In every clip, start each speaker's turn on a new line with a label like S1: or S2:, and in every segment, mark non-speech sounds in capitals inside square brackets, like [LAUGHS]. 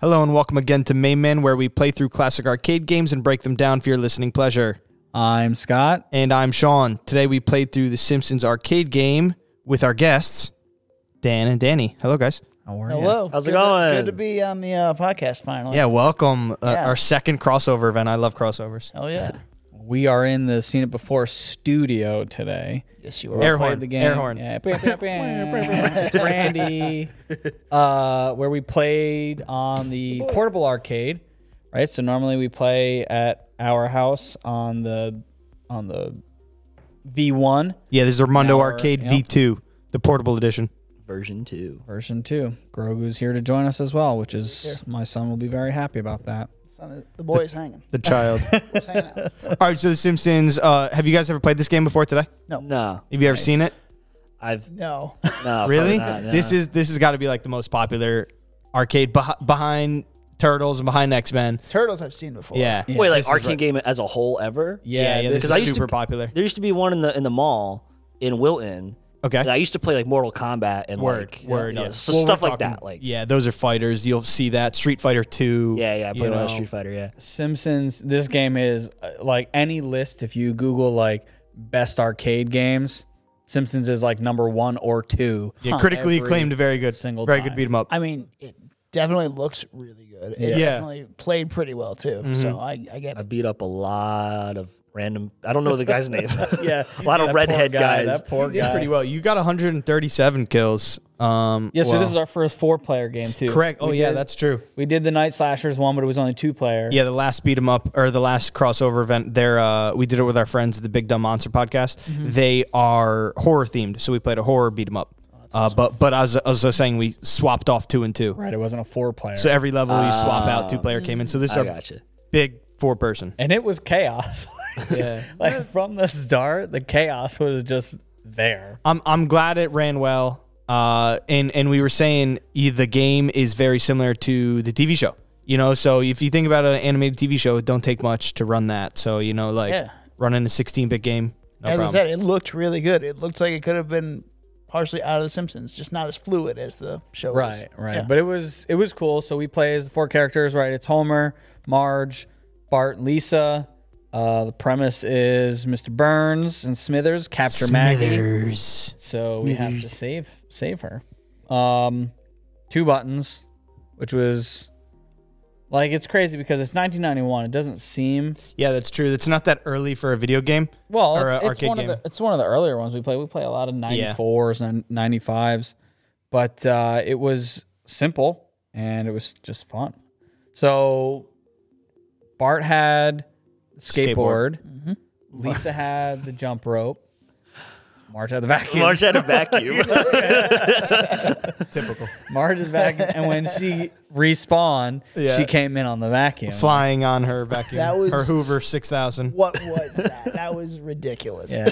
S1: Hello and welcome again to Main Men, where we play through classic arcade games and break them down for your listening pleasure.
S2: I'm Scott.
S1: And I'm Sean. Today we played through the Simpsons arcade game with our guests, Dan and Danny. Hello, guys.
S2: How are
S3: Hello.
S4: How's it
S3: Good to-
S4: going?
S3: good to be on the uh, podcast finally.
S1: Yeah, welcome. Uh,
S3: Yeah.
S1: Our second crossover event. I love crossovers.
S3: Hell Oh, yeah.
S2: We are in the Seen It Before studio today.
S3: Yes, you
S2: where
S3: are.
S2: we
S1: Air
S2: played
S1: horn,
S2: The game.
S1: air horn.
S2: Yeah.
S1: [LAUGHS]
S2: It's Randy. Uh, where we played on the portable arcade, right? So normally we play at our house on the on the V1
S1: Yeah, this is Armando
S2: Now we're-
S1: Arcade
S2: yeah.
S1: V2, the portable edition.
S4: version two.
S2: version 2. Grogu's here to join us as well, which is my son will be very happy about that.
S3: Son, The boy's hanging.
S1: The
S2: [LAUGHS]
S1: child.
S3: Boy's hanging out.
S1: All right, so the Simpsons. Uh, have you guys ever played this game before today?
S4: No,
S1: Have you ever seen it?
S4: I've
S3: No.
S4: no.
S1: [LAUGHS] Really?
S4: probably not,
S1: This
S4: no.
S1: is this has got to be like the most popular arcade beh- behind Turtles and behind X Men.
S3: [LAUGHS] Turtles I've seen before.
S1: Yeah.
S4: wait like
S1: This is
S4: arcade
S1: right-
S4: game as a whole ever.
S1: Yeah, yeah, this
S2: this
S1: is
S4: I used to-
S1: super popular.
S4: There used to be one in the in the mall in Wilton.
S1: Okay.
S4: And I used to play like Mortal Kombat and
S1: Word,
S4: like,
S1: word,
S4: you know,
S1: yeah.
S4: so
S1: Well, we're
S4: stuff like
S1: talking-
S4: that. Like yeah,
S1: yeah, those are fighters. You'll see that Street Fighter Two.
S4: yeah, yeah. I
S1: you
S4: played a lot
S1: know.
S4: of Street Fighter. Yeah,
S2: Simpsons. This game is uh, like any list. If you Google like best arcade games, Simpsons is like number one or two.
S1: Yeah, critically
S2: Every
S1: acclaimed, very good,
S2: single
S1: very good
S2: time.
S1: beat 'em up.
S3: I mean, it definitely looks really good. It
S1: Yeah.
S3: definitely played pretty well too. So I, I get
S4: I
S3: it.
S4: beat up a lot of random. I don't know the guy's
S1: [LAUGHS]
S4: name.
S2: [LAUGHS] Yeah,
S4: [LAUGHS] a lot of redhead guys.
S2: That
S4: [LAUGHS]
S2: poor
S1: did
S2: guy.
S1: pretty well. You got 137 kills. Um,
S2: Yeah, so
S1: well-
S2: this is our first four-player game too.
S1: correct. Oh
S2: We
S1: yeah,
S2: did-
S1: that's true.
S2: we did the Night Slashers one, but it was only two-player.
S1: Yeah, the last beat 'em up or the last crossover event there, uh, we did it with our friends at the Big Dumb Monster podcast. They are horror themed, so we played a horror beat 'em up. uh, but but I was, I was just saying we swapped off two and two,
S2: right. It wasn't a four-player,
S1: so every level you swap out, two player came in. So this is
S4: I
S1: our
S4: gotcha.
S1: big four person.
S2: and it was chaos. [LAUGHS]
S1: Yeah.
S2: like from the start, the chaos was just there.
S1: I'm I'm glad it ran well. Uh, and and we were saying eh, the game is very similar to the TV show. You know, so if you think about an animated TV show, it don't take much to run that. So you know, like
S3: Yeah.
S1: running a 16-bit game, no
S3: as I
S1: problem.
S3: said, it looked really good. It looked like it could have been partially out of the Simpsons, just not as fluid as the show was.
S2: Right, right.
S3: Yeah.
S2: But it was it was cool. So we play as the four characters, right? It's Homer, Marge, Bart, and Lisa. Uh, the premise is Mr. Burns and Smithers capture Maggie.
S1: Smithers.
S2: So we have to save save her. Um, two buttons, which was like it's crazy because it's 1991. It doesn't seem
S1: Yeah, that's true. That's not that early for a video game.
S2: well.
S1: Or
S2: it's,
S1: a
S2: it's
S1: arcade
S2: one
S1: game.
S2: of the it's one of the earlier ones we play. We play a lot of 94s and 95s, but uh, it was simple and it was just fun. So Bart had the skateboard. Lisa had the jump rope. Marge had the vacuum.
S4: March had
S1: [LAUGHS]
S4: a vacuum.
S1: Typical.
S2: Marge's vacuum, and when she respawned,
S1: Yeah.
S2: she came in on the vacuum.
S1: Flying on her vacuum,
S3: That was-
S1: her Hoover 6000. What,
S3: What was that? that was ridiculous.
S2: [LAUGHS] Yeah.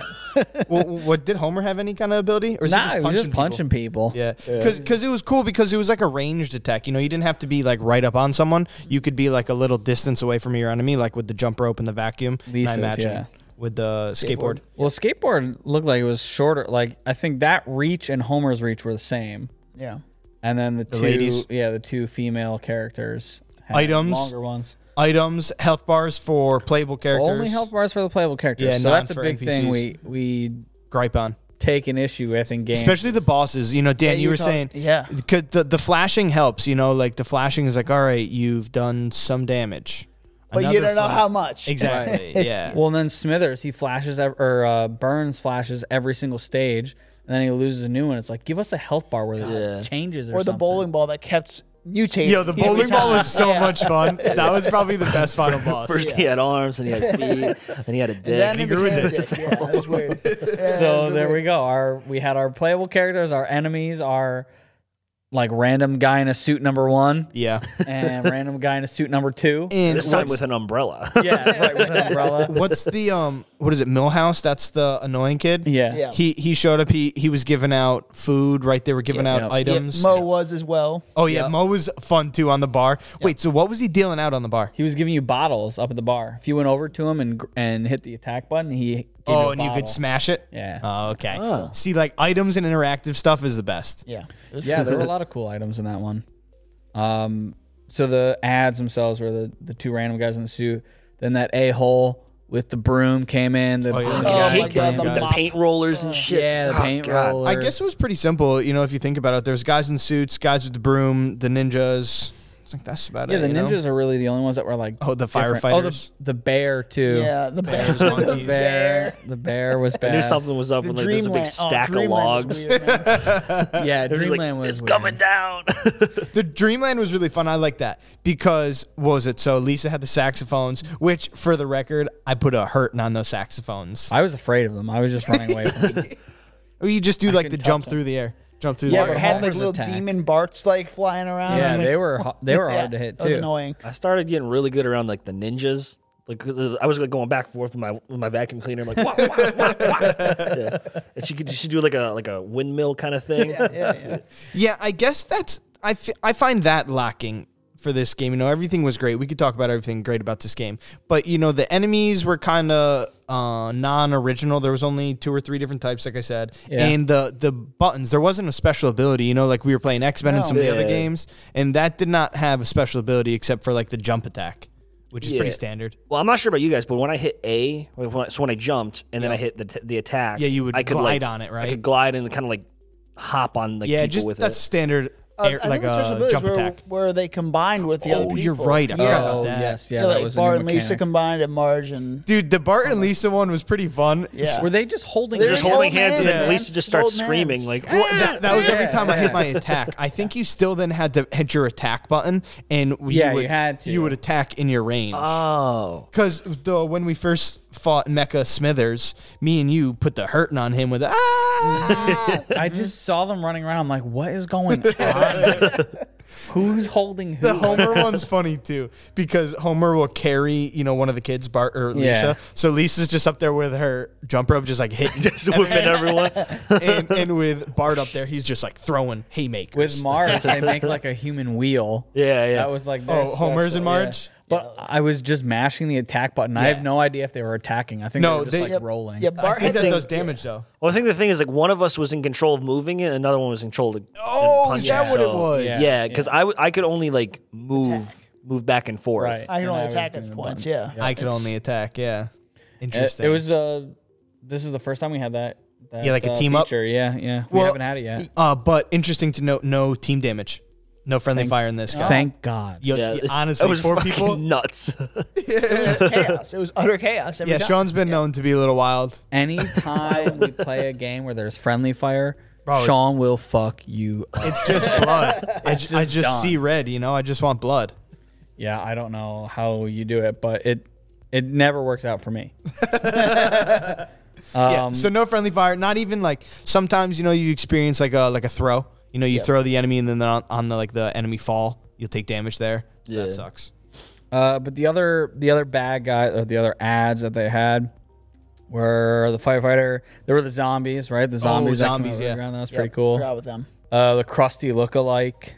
S1: what did Homer have any kind of ability, or is
S2: nah,
S1: he
S2: it was just punching people.
S1: Yeah, because it was cool because it was like a ranged attack. You know, you didn't have to be like right up on someone. You could be like a little distance away from your enemy, like with the jump rope and the vacuum. and I
S2: Lisa's,
S1: imagine
S2: yeah.
S1: with the skateboard.
S2: Well, skateboard looked like it was shorter. Like I think that reach and Homer's reach were the same,
S3: Yeah.
S2: and then the, two,
S1: ladies.
S2: yeah, the two female characters, had
S1: Items.
S2: longer ones.
S1: Items, health bars for playable characters.
S2: Only health bars for the playable characters.
S1: Yeah,
S2: so
S1: none
S2: that's a
S1: for
S2: big thing we
S1: NPCs.
S2: we
S1: gripe on,
S2: take an issue with in games,
S1: especially the bosses. You know, Dan, you,
S3: you
S1: were
S3: were talk-
S1: saying,
S3: yeah.
S1: 'cause the the flashing helps. You know, like the flashing is like, all right, you've done some damage,
S3: But you
S1: Another
S3: don't know
S1: fla-
S3: how much. [LAUGHS]
S1: Exactly. Yeah.
S2: Well, and then Smithers he flashes ev- or uh, Burns flashes every single stage, and then he loses a new one. It's like give us a health bar where
S4: Yeah.
S2: it changes or,
S3: Or the
S2: something.
S3: bowling ball that kept mutating.
S1: Yo, the
S3: every
S1: bowling ball
S3: time.
S1: was so much fun. That was probably the best
S3: [LAUGHS]
S1: final boss.
S4: First [LAUGHS] he had arms, and he
S1: [LAUGHS]
S4: had feet, and he had a dick.
S3: Then it
S1: grew
S3: became
S1: with it.
S3: a dick. Yeah, it was weird. Yeah, it
S2: so
S3: was
S2: there
S3: weird.
S2: we go. Our we had our playable characters, our enemies, our like random guy in a suit number one,
S1: Yeah.
S2: and
S1: [LAUGHS]
S2: random guy in a suit number two.
S1: And
S3: [LAUGHS]
S4: This time
S1: what's-
S4: with an umbrella.
S2: Yeah, right with an umbrella.
S1: [LAUGHS] What's the um? What is it? Millhouse. That's the annoying kid.
S2: Yeah.
S3: Yeah.
S1: He he showed up. He he was giving out food. Right. They were giving out
S2: Yep.
S3: Yeah,
S1: items.
S3: Mo was as well.
S1: oh yeah. Mo was fun too on the bar. Wait. So what was he dealing out on the bar?
S2: He was giving you bottles up at the bar. If you went over to him and gr- and hit the attack button, he gave
S1: Oh,
S2: a
S1: and you could
S2: bottle.
S1: smash it.
S2: Yeah.
S1: Oh, okay. See, like items and interactive stuff is the best.
S3: Yeah.
S1: [LAUGHS]
S2: yeah, there were a lot of cool items in that one. Um, so the ads themselves were the the two random guys in the suit. Then that a hole with the broom came in. The
S1: Oh, yeah.
S2: broom
S1: Oh,
S4: [LAUGHS]
S2: guy
S4: I hate
S3: my
S4: them
S3: God,
S4: with
S1: the
S4: the
S1: mop.
S4: paint rollers and shit. Oh,
S2: Yeah, the paint
S4: God.
S2: roller.
S1: I guess it was pretty simple, you know, if you think about it. There's guys in suits, guys with the broom, the ninjas. I think that's about
S2: yeah,
S1: it.
S2: the
S1: you know?
S2: ninjas are really the only ones that were like.
S1: Oh, the
S2: different. Oh, the,
S1: firefighters.
S2: the bear too.
S3: Yeah, the bear.
S1: Bears,
S3: the
S1: monkeys.
S2: bear. The bear was
S4: I
S2: bad.
S4: knew something was up when like, there's a big
S3: Dreamland- oh,
S4: stack of
S3: Dreamland was
S4: logs.
S3: weird, man.
S1: [LAUGHS]
S2: Yeah,
S4: It was like,
S2: Dreamland was.
S4: it's
S2: weird.
S4: coming down.
S1: The Dreamland was really fun. I like that because what was it? So Lisa had the saxophones, which, for the record, I put a hurting on those saxophones.
S2: I was afraid of them. I was just running away
S1: [LAUGHS]
S2: from them.
S1: Oh, you just do like the
S2: couldn't
S1: jump
S2: touch
S1: through the air, jump through
S2: Yeah,
S1: the
S3: Or
S1: air.
S2: but
S3: had like
S2: Homer's
S3: little
S2: attack.
S3: demon Barts like flying around. I
S2: Yeah,
S3: was
S2: they
S3: like,
S2: were ho- they were
S3: yeah,
S2: hard to hit
S3: That was
S2: too.
S3: annoying.
S4: [LAUGHS] I started getting really good around like the ninjas. Like 'cause uh, I was like going back and forth with my with my vacuum cleaner, like wah, wah, wah, [LAUGHS] wah. Yeah. and she could she do like a like a windmill kind of thing.
S3: Yeah, yeah.
S1: Yeah, I guess that's I fi- I find that lacking for this game. You know, everything was great. We could talk about everything great about this game, but you know, the enemies were kind of uh, non-original. There was only two or three different types, like I said,
S2: Yeah.
S1: and the the buttons. There wasn't a special ability. You know, like we were playing X Men and
S3: No.
S1: some of the other
S4: Yeah.
S1: games, and that did not have a special ability except for like the jump attack, which is pretty
S4: Yeah.
S1: standard.
S4: Well, I'm not sure about you guys, but when I hit A, like, when I- so when I jumped and then I hit the, t- the attack,
S1: Yeah, you would
S4: I could,
S1: glide
S4: like-
S1: on it,
S4: I
S1: right?
S4: could glide and kind of like hop on like
S1: Yeah,
S4: people
S1: just
S4: with
S1: that's
S4: it.
S1: standard,
S3: Uh,
S1: air,
S3: I
S1: like
S3: think the special
S1: a
S3: abilities
S1: jump
S3: were
S1: attack.
S3: where they combined with the other
S1: Oh, you're
S3: people.
S1: right. I forgot
S3: Yeah.
S1: about
S2: Oh
S1: that.
S2: yes, yeah,
S3: Yeah,
S2: that
S3: like
S2: was a new
S3: Bart and Lisa
S2: mechanic.
S3: combined at Marge and
S1: Dude, the Bart
S4: Uh-huh.
S1: and Lisa one was pretty fun.
S3: yeah.
S2: Were they just holding?
S3: They're
S4: just
S3: They're
S4: holding
S3: old
S4: hands and
S1: hands,
S4: then
S1: man.
S4: Lisa just starts
S3: Old
S4: screaming
S3: mans.
S4: like,
S1: Well, that, that was every
S2: Yeah,
S1: time I
S2: yeah.
S1: [LAUGHS] hit my attack. I think you still then had to hit your attack button, and you
S2: Yeah, you
S1: would,
S2: had to.
S1: you would attack in your range.
S4: oh,
S1: Because the when we first fought Mecha Smithers, me and you put the hurting on him with [LAUGHS] ah.
S2: [LAUGHS] I just saw them running around. I'm like, what
S1: [LAUGHS]
S2: is going on? Who's holding who?
S1: the Homer one's funny too because Homer will carry you know one of the kids, Bart or Lisa.
S2: Yeah.
S1: So Lisa's just up there with her jump rope, just like
S2: [LAUGHS]
S1: hitting,
S4: just whipping
S1: [LAUGHS]
S4: everyone.
S1: and, and with Bart up there, he's just like throwing haymakers [LAUGHS]
S2: With Marge, they make like a human wheel.
S4: Yeah, yeah.
S2: That was like their
S1: Oh, Homer's
S2: special,
S1: and
S2: yeah.
S1: Marge?
S2: But I was just mashing the attack button. I have no idea if they were attacking. I think
S1: No,
S2: they were
S1: they-
S2: just
S1: Yep.
S2: like rolling.
S3: Yeah,
S1: I
S3: Bart
S1: think
S3: had
S1: that
S3: the-
S1: does damage though.
S4: Well, I think the thing is like one of us was in control of moving it, another one was in control of.
S1: Oh, is
S4: punching
S1: that what it
S4: so-
S1: was?
S2: Yeah.
S4: Yeah, because I w- I could only like move move back and forth.
S2: Right.
S3: I can
S2: And
S3: only
S2: was
S3: attack
S2: doing
S3: at
S2: the
S3: once,
S2: button.
S3: yeah.
S1: I could only attack. Yeah,
S2: It,
S1: interesting.
S2: it was uh, this is the first time we had that. that
S1: Yeah, like a
S2: uh,
S1: team up?
S2: feature. Yeah, yeah.
S1: Well,
S2: we haven't had it yet.
S1: uh, but interesting to note, no team damage, no friendly fire in this. game.
S2: Thank God.
S1: You-
S4: Yeah,
S1: you-
S4: it's-
S1: honestly,
S4: it was
S1: four
S4: fucking
S1: people. [LAUGHS]
S4: nuts.
S3: It was chaos. It was utter chaos. Every
S1: yeah,
S3: time.
S1: Sean's been known to be a little wild.
S2: Anytime
S4: [LAUGHS]
S2: we play a game where there's friendly fire,
S1: Bro, it's-
S2: Sean will fuck you up.
S1: It's just
S4: [LAUGHS]
S1: blood. I, ju- I just
S2: done.
S1: see red. You know, I just want blood.
S2: Yeah, I don't know how you do it, but it it never works out for [LAUGHS] me. um,
S1: Yeah.
S4: Um,
S1: so no friendly fire. Not even like sometimes you know you experience like a like a throw. You know, you throw the enemy and then on, on the like the enemy fall, you'll take damage there.
S4: Yeah.
S1: That sucks.
S2: uh, but the other the other bad guy or the other ads that they had were the firefighter. There were the zombies, right? The Oh, zombies. that come
S1: zombies,
S2: over
S1: yeah.
S2: the ground, That was
S3: Yep,
S2: pretty cool.
S3: Forgot with them.
S2: Uh, the crusty lookalike.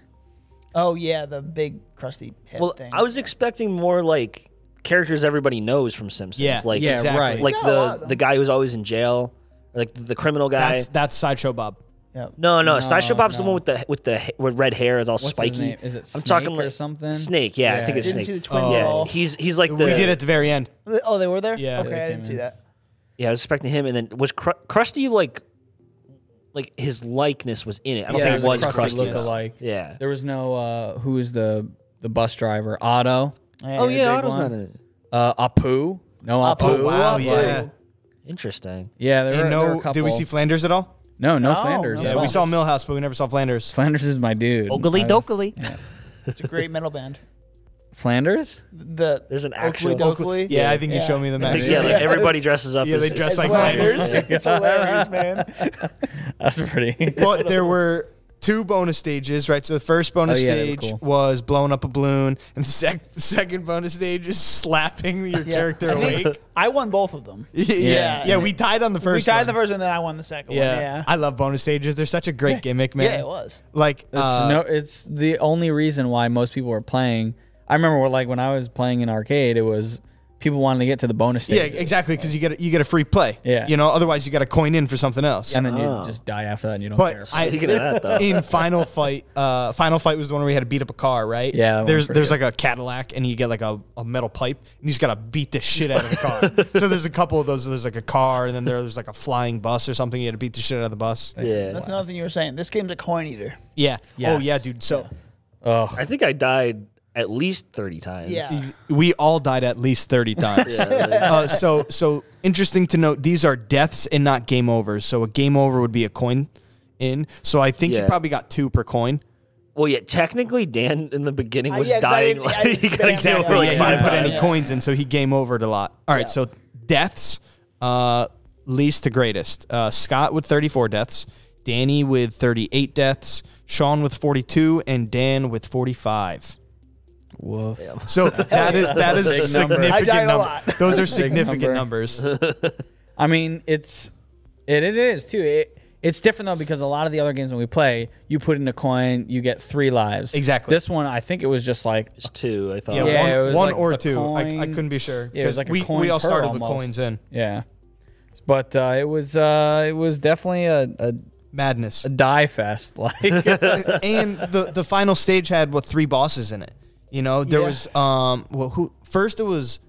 S3: Oh yeah, the big crusty head
S4: well,
S3: thing.
S4: I was expecting more like characters everybody knows from Simpsons.
S1: Yeah,
S4: like
S2: Yeah,
S1: exactly.
S2: right.
S4: like
S3: Yeah, a lot of
S4: the
S3: them.
S4: the guy who's always in jail, or, like the criminal guy.
S1: That's that's sideshow Bob.
S3: Yep.
S4: no, no, Sideshow
S2: No,
S4: Bob's the
S2: no.
S4: one with the with the h- with red hair. It's all
S2: What's
S4: spiky.
S2: his name? Is it Snake or something?
S4: Snake. Yeah,
S2: Yeah,
S4: I think it's
S3: Didn't
S4: Snake.
S3: see the twins
S1: Oh.
S3: at
S4: yeah,
S3: all.
S4: he's he's like the
S1: we did at the very end.
S3: Oh, they were there.
S1: Yeah.
S3: Okay,
S2: They
S3: I
S2: came
S3: didn't see
S2: in.
S3: that.
S4: Yeah, I was expecting him, and then was Cr- Krusty like, like his likeness was in it. I don't
S2: Yeah,
S4: think it was
S1: Krusty
S2: a
S4: Krusty.
S1: Krusty
S4: though.
S2: lookalike.
S4: Yeah.
S2: There was no uh, who is the the bus driver? Otto.
S4: Oh
S3: Yeah.
S4: yeah,
S2: big
S4: Otto's
S2: one.
S4: not in it.
S2: Uh, Apu. No Apu.
S1: Oh wow,
S3: Apu.
S1: yeah.
S4: Interesting.
S2: Yeah,
S1: And
S2: there were, there were a
S1: no,
S2: couple.
S1: did we see Flanders at all?
S2: no, no,
S3: No,
S2: Flanders.
S3: no
S2: at
S1: Yeah, we
S2: all.
S1: saw Millhouse, but we never saw Flanders.
S2: [LAUGHS] Flanders is my dude. I-
S1: dokily.
S3: It's a great metal band.
S2: Uh, Flanders? [LAUGHS]
S3: The
S4: There's an
S3: Oakley
S4: actual-
S3: Dokley.
S1: Yeah, I think you showed me
S3: [LAUGHS]
S1: the
S4: Like,
S1: match.
S4: yeah, like everybody dresses up.
S1: Yeah,
S4: as,
S1: they dress
S4: as-
S1: like [LAUGHS]
S3: Flanders.
S1: Flanders.
S3: it's hilarious,
S4: [LAUGHS]
S3: man.
S2: That's [LAUGHS] pretty.
S1: but there were two bonus stages, right? So the first bonus
S2: Oh, yeah, they were
S1: stage
S2: cool.
S1: was blowing up a balloon, and the sec- [LAUGHS] second bonus stage is slapping your
S3: Yeah.
S1: character
S3: I think [LAUGHS]
S1: awake. [LAUGHS]
S3: I won both of them.
S1: yeah. yeah,
S3: Yeah.
S1: we tied on the first.
S3: we tied
S1: one.
S3: the first, and then I won the second
S1: Yeah.
S3: one. Yeah.
S1: I love bonus stages. They're such a great gimmick, man.
S3: yeah, it was.
S1: Like,
S2: It's
S1: uh,
S2: no, it's the only reason why most people are playing. I remember, like when I was playing in arcade, it was people wanted to get to the bonus
S1: Yeah,
S2: stage.
S1: exactly. Because you get a, you get a free play.
S2: Yeah.
S1: You know, otherwise you got to coin in for something else.
S2: And then
S4: Oh.
S2: you just die after that and you don't care.
S1: But I,
S4: Speaking of that, though.
S1: in Final Fight, uh, Final Fight was the one where we had to beat up a car, right?
S2: Yeah, that one was
S1: There's
S2: pretty
S1: there's like a Cadillac, and you get like a, a metal pipe, and you just gotta beat the shit out of the car. so there's a couple of those. There's like a car, and then there's like a flying bus or something. You had to beat the shit out of the bus.
S4: [LAUGHS] yeah.
S3: [LAUGHS] That's another thing you were saying. This game's a coin eater.
S1: Yeah. Oh
S2: Yes.
S1: yeah, dude. So
S2: Ugh.
S4: I think I died at least 30 times.
S3: Yeah.
S1: we all died at least thirty times. uh, so so interesting to note. These are deaths and not game overs. So a game over would be a coin in. So I think you
S4: Yeah.
S1: probably got two per coin.
S4: Well, yeah, technically, Dan in the beginning
S3: Uh,
S4: was
S3: yeah, 'cause I
S4: dying.
S3: didn't- I
S4: like, [LAUGHS]
S3: didn't
S4: he got
S3: spam
S4: examined
S3: it.
S4: like
S1: yeah, he
S4: five
S1: didn't put any
S4: times.
S1: coins in, so he game overed a lot. All right, so deaths, uh, least to greatest. Uh, Scott with 34 deaths, Danny with 38 deaths, Sean with 42, and Dan with 45.
S2: Woof.
S1: So that is that is a
S2: Big number.
S3: I died
S1: significant
S3: a
S1: number.
S3: lot.
S1: Those are
S2: That's a big
S1: significant
S2: number.
S1: numbers.
S2: I mean, it's it, it is too. It, it's different though because a lot of the other games when we play, you put in a coin, you get three lives.
S1: Exactly.
S2: This one, I think it was just like
S4: It's two, I thought.
S1: Yeah,
S2: Yeah, it
S1: one,
S2: was
S1: one
S2: like
S1: or
S2: a
S1: two. I, I
S2: coin.
S1: couldn't be sure
S2: Yeah, it was like a
S1: we
S2: coin
S1: we all
S2: per
S1: started with
S2: almost.
S1: coins in
S2: yeah. But uh, it was uh, it was definitely a, a,
S1: madness.
S2: a die fest.
S1: [LAUGHS]
S2: [LAUGHS] Like
S1: and the the final stage had what three bosses in it. You know, there
S3: Yeah.
S1: was um well who first it was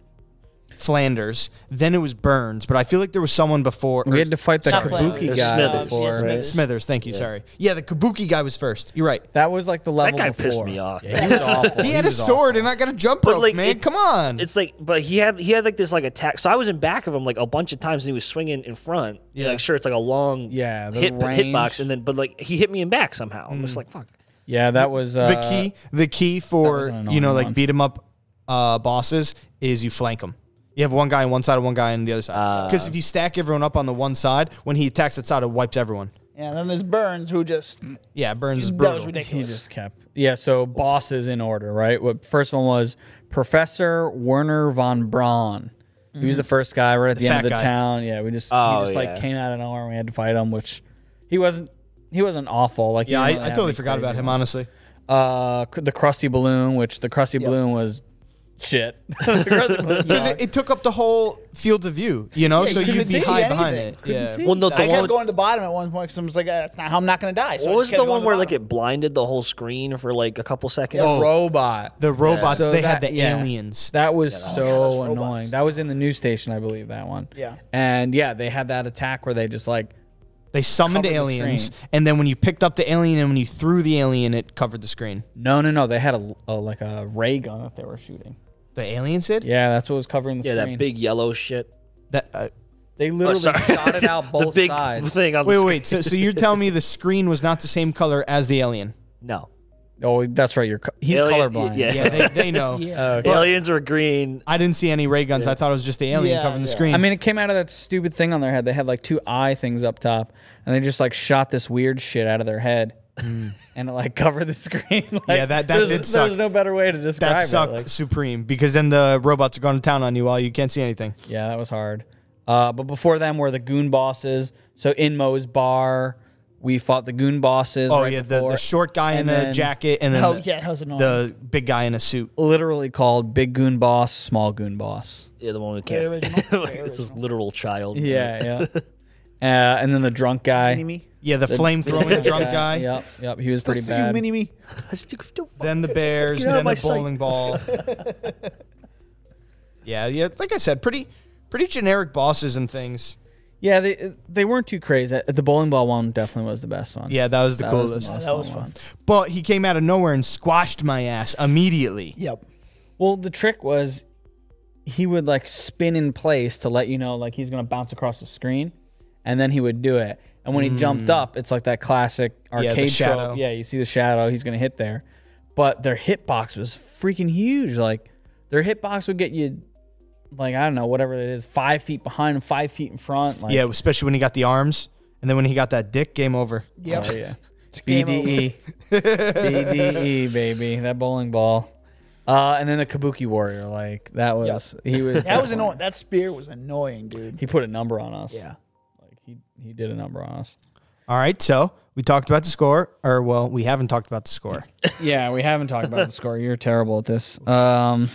S1: Flanders, then it was Burns, but I feel like there was someone before
S2: we had to fight that
S3: Not
S2: Kabuki
S3: Flanders.
S2: guy
S4: Smithers.
S2: before.
S3: Yeah, Smithers.
S1: Smithers, thank you, sorry. Yeah, the Kabuki guy was first. You're right.
S2: That was like the level.
S4: guy
S2: before.
S4: pissed me off,
S1: [LAUGHS]
S2: Yeah, he was awful.
S1: He, had a
S2: was
S1: sword and I got a jump rope,
S4: like,
S1: man.
S4: it-
S1: Come on.
S4: It's like, but he had he had like this like attack. So I was in back of him like a bunch of times, and he was swinging in front. Yeah,
S1: Yeah.
S4: like sure, it's like a long
S2: Yeah, the
S4: hit
S2: range.
S4: hitbox, and then but like he hit me in back somehow. I'm
S1: Hmm.
S4: just like fuck.
S2: awful. Yeah, that was uh,
S1: the key the key
S2: an
S1: for
S2: annoying
S1: you know like
S2: one.
S1: beat 'em up uh, bosses is you flank them. You have one guy on one side and one guy on the other side. Because
S2: Uh.
S1: if you stack everyone up on the one side, when he attacks that side, it wipes everyone.
S3: And then there's Burns, who just
S1: Yeah, Burns is
S3: that
S1: brutal.
S3: was
S2: He
S3: ridiculous.
S2: just kept. Yeah, so bosses in order, right? What first one was Professor Werner von Braun. He was the first guy right at the, end
S1: Mm-hmm. fat
S2: of the
S1: guy.
S2: town. Yeah, we just
S4: Oh,
S2: he just
S4: yeah.
S2: like came out of nowhere and we had to fight him, which he wasn't he wasn't awful. Like he
S1: Yeah,
S2: didn't
S1: I,
S2: really
S1: I
S2: have
S1: totally
S2: any
S1: forgot
S2: crazy
S1: about him,
S2: ones.
S1: honestly.
S2: Uh, c- the crusty balloon, which the crusty balloon was shit. [LAUGHS] the crusty balloon
S1: Because it, it took up the whole field of view, you know, so
S3: couldn't
S1: you'd be
S3: see
S1: high behind
S3: anything.
S1: it.
S2: Couldn't
S1: yeah.
S2: see.
S4: Well, no, the
S3: I
S4: one
S3: kept going to the bottom at one point because I was like, "Ah, "That's not how I'm not going to die." So I
S4: what was
S3: just kept
S4: the
S3: going
S4: one
S3: to
S4: where like
S3: bottom.
S4: it blinded the whole screen for like a couple seconds?
S1: Oh.
S2: robot.
S1: The robots,
S2: So
S1: they had
S2: that-
S1: the
S2: yeah.
S1: aliens.
S2: That was
S3: those
S2: so
S3: robots.
S2: annoying. That was in the news station, I believe, that one.
S3: Yeah.
S2: And yeah, they had that attack where they just like
S1: They summoned
S2: covered the
S1: aliens,
S2: screen.
S1: and then when you picked up the alien and when you threw the alien, it covered the screen.
S2: No, no, no. They had a, a like a ray gun that they were shooting.
S1: The aliens did?
S2: Yeah, that's what was covering the
S4: yeah,
S2: screen.
S4: that big yellow shit.
S1: That, uh,
S2: They
S4: Oh,
S2: literally
S4: sorry.
S2: [LAUGHS] shotted out both
S4: [LAUGHS] the big
S2: sides.
S4: thing on the
S1: wait,
S4: screen.
S1: wait. So, so you're telling me the screen was not the same color as the
S2: [LAUGHS]
S1: alien?
S4: No,
S2: Oh, that's right. You're co- he's
S4: Alien-
S2: colorblind.
S4: yeah.
S1: Yeah, they, they know.
S2: Oh,
S4: aliens were green.
S1: I didn't see any ray guns. I thought it was just the alien
S3: Yeah,
S1: covering the
S3: yeah.
S1: screen.
S2: I mean, it came out of that stupid thing on their head. They had like two eye things up top, and they just like shot this weird shit out of their head, and it like [LAUGHS] covered the screen. Like,
S1: Hmm. Yeah, that- that
S2: there's,
S1: did
S2: there's
S1: suck.
S2: no better way to describe
S1: that sucked
S2: it. like-
S1: supreme because then the robots are going to town on you while you can't see anything.
S2: Yeah, that was hard. Uh, but before them were the goon bosses. So in Mo's bar, we fought the goon bosses.
S1: Oh
S2: right
S1: yeah, the,
S2: before.
S1: the short guy in
S2: and
S1: a
S2: then-
S1: jacket and then
S3: Oh
S1: the,
S3: yeah, that was annoying.
S1: the big guy in a suit.
S2: literally called Big Goon Boss, Small Goon Boss.
S4: Yeah, the one we can't. [LAUGHS]
S3: original. Very
S4: it's this literal child. [LAUGHS]
S2: Yeah,
S1: [LAUGHS]
S2: yeah. uh, and then the drunk guy.
S3: enemy.
S1: Yeah, the flame throwing drunk guy.
S2: Yep, yep. He was pretty bad.
S3: You mini me.
S1: Then the bears.
S4: Get out of
S1: Then
S4: my
S1: the
S4: sight.
S1: bowling ball. yeah, yeah. Like I said, pretty, pretty generic bosses and things.
S2: yeah, they they weren't too crazy. The bowling ball one definitely was the best one.
S1: Yeah, that was the
S2: that was the
S1: coolest.
S2: most
S3: That was
S2: one.
S3: fun.
S1: but he came out of nowhere and squashed my ass immediately.
S3: Yep.
S2: Well, the trick was he would like spin in place to let you know like he's gonna bounce across the screen, and then he would do it. And when he jumped up, it's like that classic
S1: the
S2: arcade
S1: shadow.
S2: trope. Yeah, you see the shadow, he's gonna hit there. But their hitbox was freaking huge. Like their hitbox would get you like I don't know, whatever it is, five feet behind, five feet in front. Like
S1: Yeah, especially when he got the arms, and then when he got that dick, game over.
S3: Yep.
S2: Oh, yeah. E.
S3: game over.
S2: BDE. BDE, E, baby. That bowling ball. Uh, and then the Kabuki Warrior, like that was he was
S3: That was annoying. That spear was annoying, dude.
S2: He put a number on us.
S3: Yeah.
S2: Like he he did a number on us.
S1: All right, so we talked about the score, or well, we haven't talked about the score.
S2: Yeah, we haven't talked about the score. You're terrible at [LAUGHS] this. Um,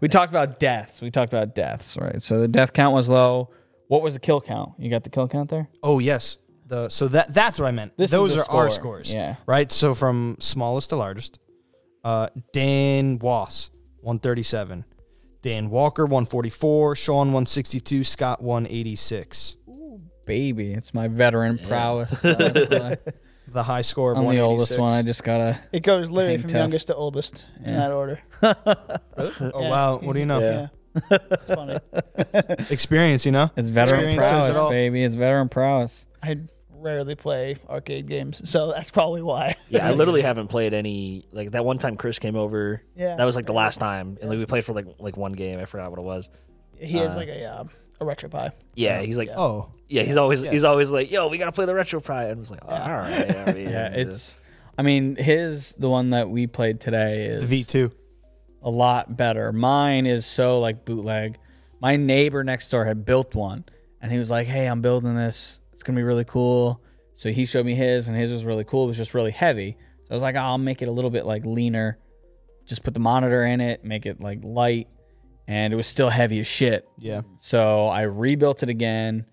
S2: we talked about deaths. We talked about deaths, right? So the death count was low. What was the kill count? You got the kill count there?
S1: Oh yes, the so that that's what I meant.
S2: This is
S1: Those
S2: the
S1: are our
S2: score,
S1: scores.
S2: yeah.
S1: Right. So from smallest to largest, uh, Dan Wass one thirty seven, Dan Walker one forty four, Sean one sixty two, Scott one eighty six.
S2: Baby, it's my veteran prowess. though. That's why.
S1: The high score of
S2: I'm
S1: one
S2: the
S1: eighty
S2: oldest
S1: six.
S2: one. I just gotta.
S3: It goes literally
S2: Hang
S3: from
S2: tough.
S3: youngest to oldest in that order.
S1: Oh wow, what do you know?
S4: [LAUGHS]
S3: Yeah. It's funny.
S1: Experience, you know.
S2: It's veteran
S1: Experience says it
S2: prowess,
S1: all.
S2: baby. It's veteran prowess.
S3: I rarely play arcade games, so that's probably why.
S4: Yeah,
S1: [LAUGHS]
S4: I literally haven't played any. Like that one time Chris came over.
S3: Yeah.
S4: That was like the last time, and like we played for like like one game. I forgot what it was.
S3: He
S2: Uh.
S3: has like a um, a retro pie.
S4: Yeah, he's like, oh,
S1: Oh,
S4: yeah, he's always
S1: yes.
S4: he's always like, yo, we gotta play the retro pride. And I was like, oh, all
S2: [LAUGHS]
S4: right. I mean,
S2: Yeah, it's. I mean, his the one that we played today is
S1: V two.
S2: a lot better. Mine is so like bootleg. My neighbor next door had built one and he was like, Hey, I'm building this. It's going to be really cool. So he showed me his and his was really cool. It was just really heavy. So I was like, "Oh, I'll make it a little bit like leaner. Just put the monitor in it, make it like light. And it was still heavy as shit.
S1: Yeah.
S2: So I rebuilt it again,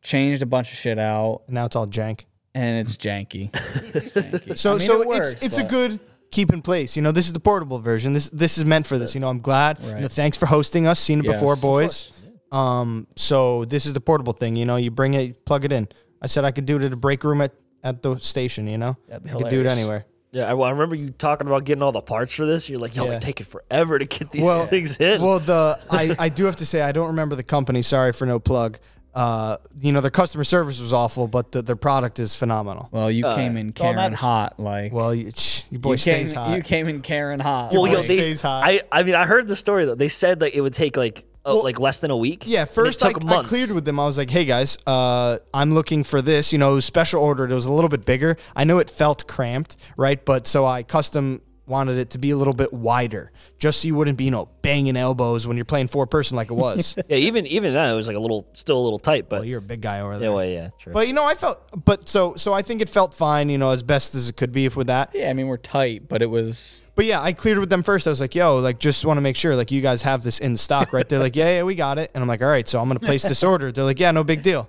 S2: changed a bunch of shit out,
S1: And now it's all jank.
S2: and it's
S3: [LAUGHS]
S2: janky. It's janky.
S1: So
S2: I mean,
S1: so
S2: it works,
S1: it's it's a
S2: but-
S1: good keep in place. You know, this is the portable version. This this is meant for this. You know, I'm glad. You
S2: Right.
S1: know, thanks for hosting us. Seen it before,
S2: Yes. Of
S1: boys. Um, so this is the portable thing. You know, you bring it, you plug it in. I said I could do it at a break room at, at the station. You know,
S3: That'd be
S1: I could do it
S3: hilarious.
S1: anywhere.
S4: yeah. I, well, I remember you talking about getting all the parts for this. You're like, yo,
S1: Yeah.
S4: we take it forever to get these
S1: Well-
S4: things in.
S1: Well, the I, I do have to say I don't remember the company. Sorry for no plug. Uh, you know, their customer service was awful, but the, their product is phenomenal.
S2: Well, you came in
S3: all
S2: Karen
S3: matters.
S2: hot. Like,
S1: Well, you, your boy
S2: you, came,
S1: stays hot.
S2: you came in Karen hot.
S4: Well,
S2: like-
S4: yo,
S1: It
S4: they,
S1: stays hot.
S4: I, I mean, I heard the story though. They said like it would take like uh, like less than a week.
S1: Yeah,
S4: and it
S1: first I,
S4: took
S1: I
S4: months.
S1: cleared with them. I was like, "Hey guys, uh, I'm looking for this. You know, it was special ordered. It was a little bit bigger. I know it felt cramped, right? But so I custom wanted it to be a little bit wider, just so you wouldn't be, you know, banging elbows when you're playing four person like it
S4: [LAUGHS]
S1: was.
S4: Yeah, even even then it was like a little still a little tight, but
S1: well, you're a big guy over
S4: yeah,
S1: there.
S4: well, yeah, true.
S1: But you know, I felt, but so so I think it felt fine. You know, as best as it could be if with that.
S2: Yeah, I mean we're tight, but it was
S1: But yeah, I cleared with them first. I was like, yo, like, just want to make sure, like, you guys have this in stock, right? They're like, yeah, yeah, we got it. And I'm like, all right, so I'm going to place
S4: [LAUGHS]
S1: this order. They're like, yeah, no big deal.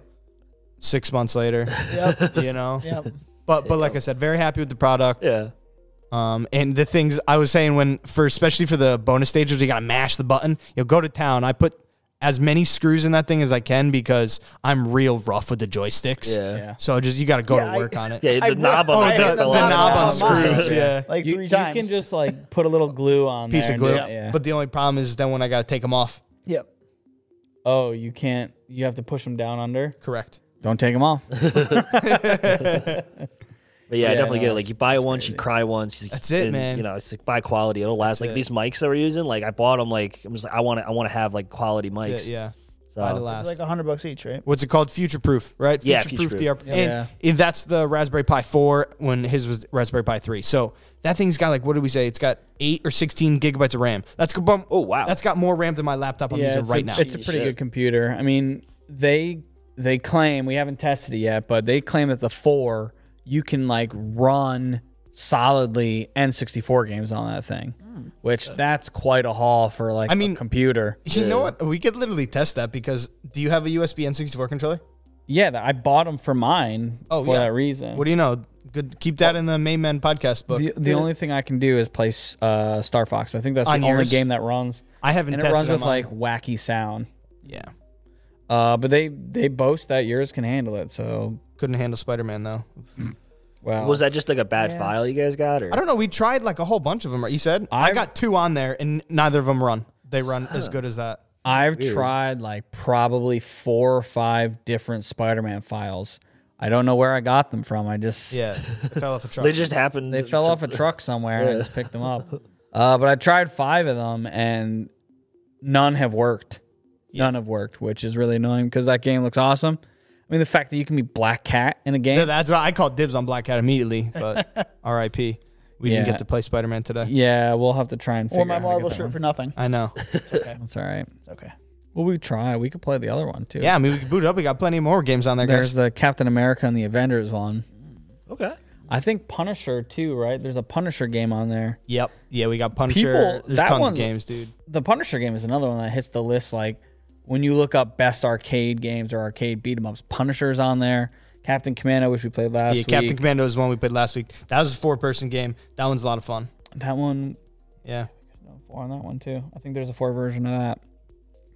S1: Six months later,
S2: [LAUGHS]
S1: you
S3: [LAUGHS]
S1: know?
S3: Yep.
S1: But, but like I said, very happy with the product.
S4: yeah,
S1: Um, and the things I was saying when, for especially for the bonus stages, you got to mash the button. You'll go to town. I put as many screws in that thing as I can because I'm real rough with the joysticks.
S4: yeah, yeah.
S2: yeah.
S1: So just, you got to go
S3: Yeah,
S1: to
S3: I-
S1: work on it.
S4: the
S3: I
S4: knob
S3: re-
S4: on
S1: Oh,
S4: it
S1: the-
S4: hit
S1: the
S4: last
S1: knob
S4: one.
S1: on screws.
S3: mine.
S1: yeah.
S3: Like
S2: You,
S3: three
S2: you
S3: times.
S2: can just like put a little glue on
S1: Piece
S2: there
S1: of
S2: and uh,
S1: glue.
S2: do- yeah.
S1: But the only problem is then when I got to take them off.
S3: yep.
S2: oh, you can't. You have to push them down under.
S1: Correct.
S2: Don't take them off.
S4: But yeah, I
S2: Yeah,
S4: definitely
S2: no,
S4: get it.
S2: that's-
S4: Like you buy once, you cry once. You,
S1: That's it,
S4: and,
S1: man.
S4: You know, it's like buy quality. It'll last. like
S1: it.
S4: these mics that we're using, like I bought them. Like I'm just like I want to. I want to have like quality mics.
S1: Yeah. yeah.
S4: So,
S1: Buy the
S3: It's
S1: last.
S3: like a hundred bucks each, right?
S1: what's it called? Future proof, right?
S4: Yeah,
S1: future proof.
S4: future-proof.
S1: The, and and that's the Raspberry Pi 4 when his was Raspberry Pi 3. So that thing's got like, what did we say? It's got eight or 16 gigabytes of RAM. That's good. bump-
S4: Oh, wow.
S1: That's got more RAM than my laptop I'm using
S2: it's
S1: right
S2: a,
S1: now.
S2: It's a pretty good computer. I mean, they they claim we haven't tested it yet, but they claim that the four you can like run solidly N64 games on that thing, which that's quite a haul for like
S1: Hmm. I
S2: I
S1: mean-
S2: mean, a computer.
S1: you know what? We could literally test that because do you have a USB N64 controller?
S2: Yeah, th- I bought them for mine
S1: Oh,
S2: for
S1: yeah.
S2: that reason.
S1: What do you know? Good. Keep that in the main man podcast book.
S2: The, the only thing I can do is play s- uh, Star Fox. I think that's
S1: On
S2: the only
S1: yours?
S2: game that runs,
S1: I haven't
S2: and it
S1: tested
S2: runs
S1: them
S2: with
S1: on-
S2: like wacky sound.
S1: yeah.
S2: Uh, but they they boast that yours can handle it. So
S1: Couldn't handle Spider Man though.
S2: well,
S4: was that just like a bad file you guys got? Or
S1: I don't know. We tried like a whole bunch of them. right? You said I
S2: I've-
S1: got two on there, and neither of them run. They run as good as that.
S2: I've tried like probably four or five different Spider-Man files. I don't know where I got them from. I just
S1: Yeah, it fell off
S4: [LAUGHS]
S1: a truck.
S4: they just happened.
S2: they
S4: to-
S2: fell
S4: to-
S2: off a truck somewhere and I just picked them up. Uh, but I tried five of them and none have worked. None have worked, which is really annoying because that game looks awesome. I mean, the fact that you can be Black Cat in a game.
S1: Yeah, that's right. I called dibs on Black Cat immediately, but
S2: [LAUGHS]
S1: R.I.P. We didn't
S2: Yeah.
S1: get to play Spider Man today.
S2: yeah, we'll have to try and figure
S3: Or my
S2: out. how to
S3: Marvel
S2: get that
S3: shirt
S2: one.
S3: for nothing.
S1: I know.
S2: That's all right.
S3: It's okay.
S2: Well, we try. We could play the other one too.
S1: Yeah, I mean, we can boot it up. We got plenty more games on there,
S2: There's
S1: guys.
S2: the Captain America and the Avengers one.
S4: Okay.
S2: I think Punisher too, right? There's a Punisher game on there.
S1: yep. Yeah, we got Punisher.
S2: People-
S1: There's
S2: that
S1: tons of
S2: one's-
S1: games, dude.
S2: The Punisher game is another one that hits the list. Like when you look up best arcade games or arcade beat 'em ups, Punisher's on there. Captain Commando, which we played last
S1: Yeah,
S2: week.
S1: Captain Commando is one we played last week. That was a four person game. That one's a lot of fun.
S2: that one Oh
S1: Yeah.
S2: No, four on that one too. I think there's a four version of that.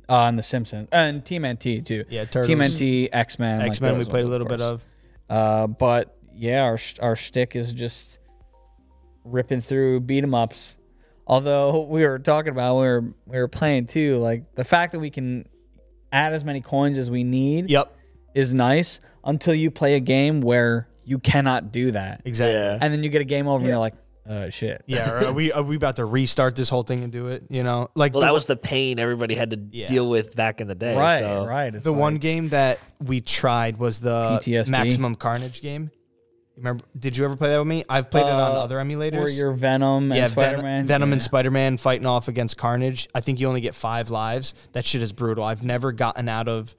S2: Uh, and The Simpsons and Team NT too.
S1: Yeah, Turtles.
S2: Team NT, X Men,
S1: X Men, we played a little bit of.
S2: Uh, but yeah, our sh- our shtick is just ripping through beat 'em ups. Although [LAUGHS] we were talking about when we were we were playing too, like the fact that we can add as many coins as we need
S1: Yep.
S2: is nice until you play a game where you cannot do that,
S1: Exactly. Yeah.
S4: Yeah.
S2: and then you get a game over and you're like, uh, shit.
S1: or are we are we about to restart this whole thing and do it? You know, like
S4: Well,
S1: the,
S4: that was the pain everybody had to
S1: Yeah.
S4: deal with back in the day.
S2: Right,
S4: so.
S2: right. It's
S1: the
S2: like-
S1: one game that we tried was the
S2: PTSD.
S1: Maximum Carnage game. Remember? Did you ever play that with me? I've played it on
S2: Uh,
S1: other emulators.
S2: Or your Venom and
S1: yeah, Ven-
S2: Spider Man.
S1: Venom and Spider Man fighting off against Carnage. I think you only get five lives. That shit is brutal. I've never gotten out of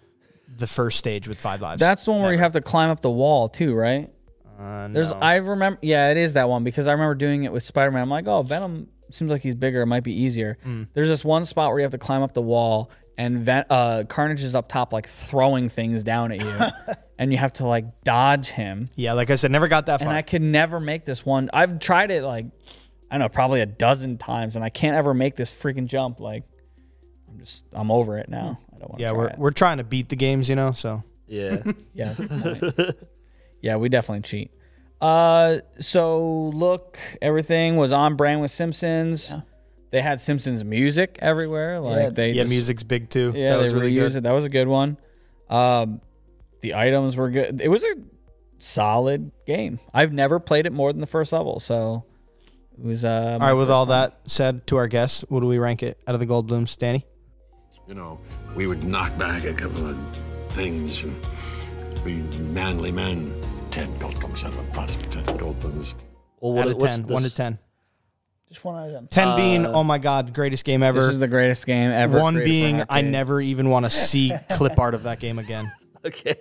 S1: the first stage with five lives.
S2: That's the one where you have to climb up the wall too, right?
S1: Uh,
S2: There's
S1: no.
S2: I remember yeah, it is that one because I remember doing it with Spider Man. I'm like, oh Venom seems like he's bigger, it might be easier.
S1: Mm.
S2: There's this one spot where you have to climb up the wall and Ven- uh, Carnage is up top like throwing things down
S1: [LAUGHS]
S2: at you and you have to like dodge him.
S1: yeah, like I said, never got that
S2: And
S1: far.
S2: I could never make this one. I've tried it like I don't know, probably a dozen times and I can't ever make this freaking jump. Like I'm just I'm over it now. I don't want to
S1: Hmm. yeah,
S2: try
S1: we're
S2: it.
S1: we're trying to beat the games, you know. So [LAUGHS]
S4: Yeah.
S2: Yes. yeah, we definitely cheat. Uh, so look, everything was on brand with Simpsons. They had Simpsons music everywhere. Like
S3: Yeah,
S2: they
S1: yeah,
S2: just-
S1: music's big too.
S2: Yeah,
S1: that was
S2: they
S1: really
S2: reused
S1: good.
S2: it. That was a good one. Um, the items were good. It was a solid game. I've never played it more than the first level, so it was. Uh,
S1: All right, with all that said, to our guests, what do we rank it out of the gold blooms, Danny?
S5: You know, we would knock back a couple of things and be manly men. Ten Goldblums out of a possible ten Goldblums.
S4: Well, what,
S1: out of
S4: what's
S1: ten, one
S4: this-
S1: to
S4: Uh,
S1: ten.
S3: Just one out of them.
S1: Ten being, oh my god, greatest game
S2: this
S1: ever.
S2: is the greatest game ever.
S1: one
S2: created for an
S1: being, I
S2: arcade.
S1: never even want to see clip art of that game again.
S4: [LAUGHS] Okay.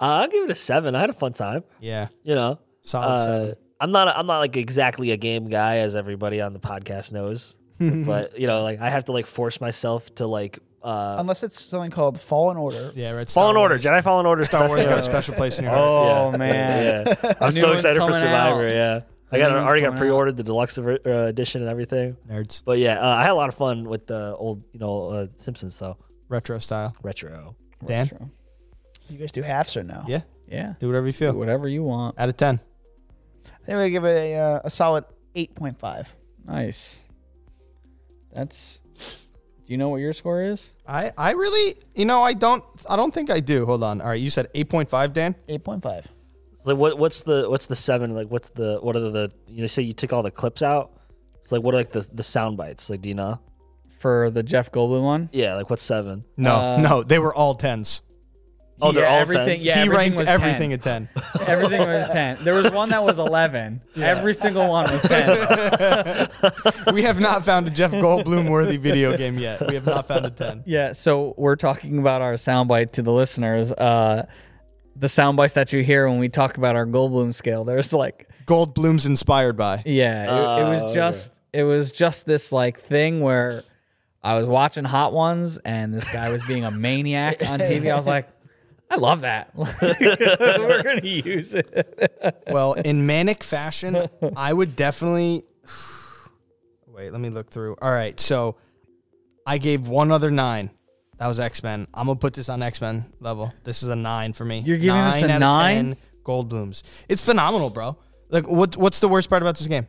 S4: Uh, I'll give it a seven. I had a fun time.
S1: Yeah,
S4: You know.
S1: solid
S4: Uh,
S1: seven.
S4: I'm not. I'm not like exactly a game guy, as everybody on the podcast knows. but you know, like I have to like force myself to like. Uh,
S3: Unless it's something called Fallen Order.
S1: Yeah, right. Star
S4: Fallen Order.
S1: Wars.
S4: Jedi Fallen Order.
S1: Star
S4: That's
S1: Wars
S4: my- [LAUGHS]
S1: got a special place in your heart.
S2: Oh
S4: Yeah.
S2: man, [LAUGHS]
S4: Yeah. I'm
S2: new
S4: so
S2: one's
S4: excited for
S2: coming
S4: Survivor.
S2: out.
S4: Yeah. I
S2: The
S4: got
S2: new one's
S4: already got
S2: coming
S4: pre-ordered the deluxe ver- uh, edition and everything.
S1: Nerds,
S4: But yeah, uh, I had a lot of fun with the old, you know, uh, Simpsons. So
S1: retro style.
S4: retro.
S1: Dan,
S2: Retro.
S3: You guys do halves or no?
S1: yeah,
S2: Yeah,
S1: do whatever you
S2: do
S1: feel.
S2: whatever you want.
S1: Out of ten,
S3: I think we give it a, uh, a solid 8.5.
S2: Nice. That's. Do you know what your score is?
S1: I I really, you know, I don't, I don't think I do. Hold on. All right, you said eight point five, Dan.
S3: 8.5.
S4: So what what's the what's the seven like? What's the what are the you know? Say you took all the clips out. It's like what are like the the sound bites? Like do you know?
S2: For the Jeff Goldblum one?
S4: Yeah, like what's seven?
S1: No,
S2: Uh,
S1: no, they were all tens.
S4: Oh, they're all
S2: everything.
S4: tens?
S2: Yeah,
S1: he
S2: everything
S1: ranked
S2: was
S1: everything
S2: 10.
S1: at ten.
S2: [LAUGHS] everything was ten. There was one that was [LAUGHS] eleven. Every single one was ten.
S1: we have not found a Jeff Goldblum worthy video game yet. We have not found a ten.
S2: [LAUGHS] [LAUGHS] yeah. So we're talking about our soundbite to the listeners. Uh, the sound bites that you hear when we talk about our Goldblum scale. There's like,
S1: Goldblum's inspired by.
S2: yeah, it, it
S4: Oh,
S2: was just, it was just this like thing where I was watching Hot Ones and this guy was being a maniac on TV. I was like. I love that. [LAUGHS] We're gonna use it.
S1: Well, in
S2: [LAUGHS]
S1: manic fashion, I would definitely. [SIGHS] Wait, let me look through. All right, so I gave one other nine. That was X Men. I'm gonna put this on X Men level. This is a nine for me.
S2: You're giving this a
S1: out of
S2: nine?
S1: 10 Gold blooms. It's phenomenal, bro. Like, what? What's the worst part about this game?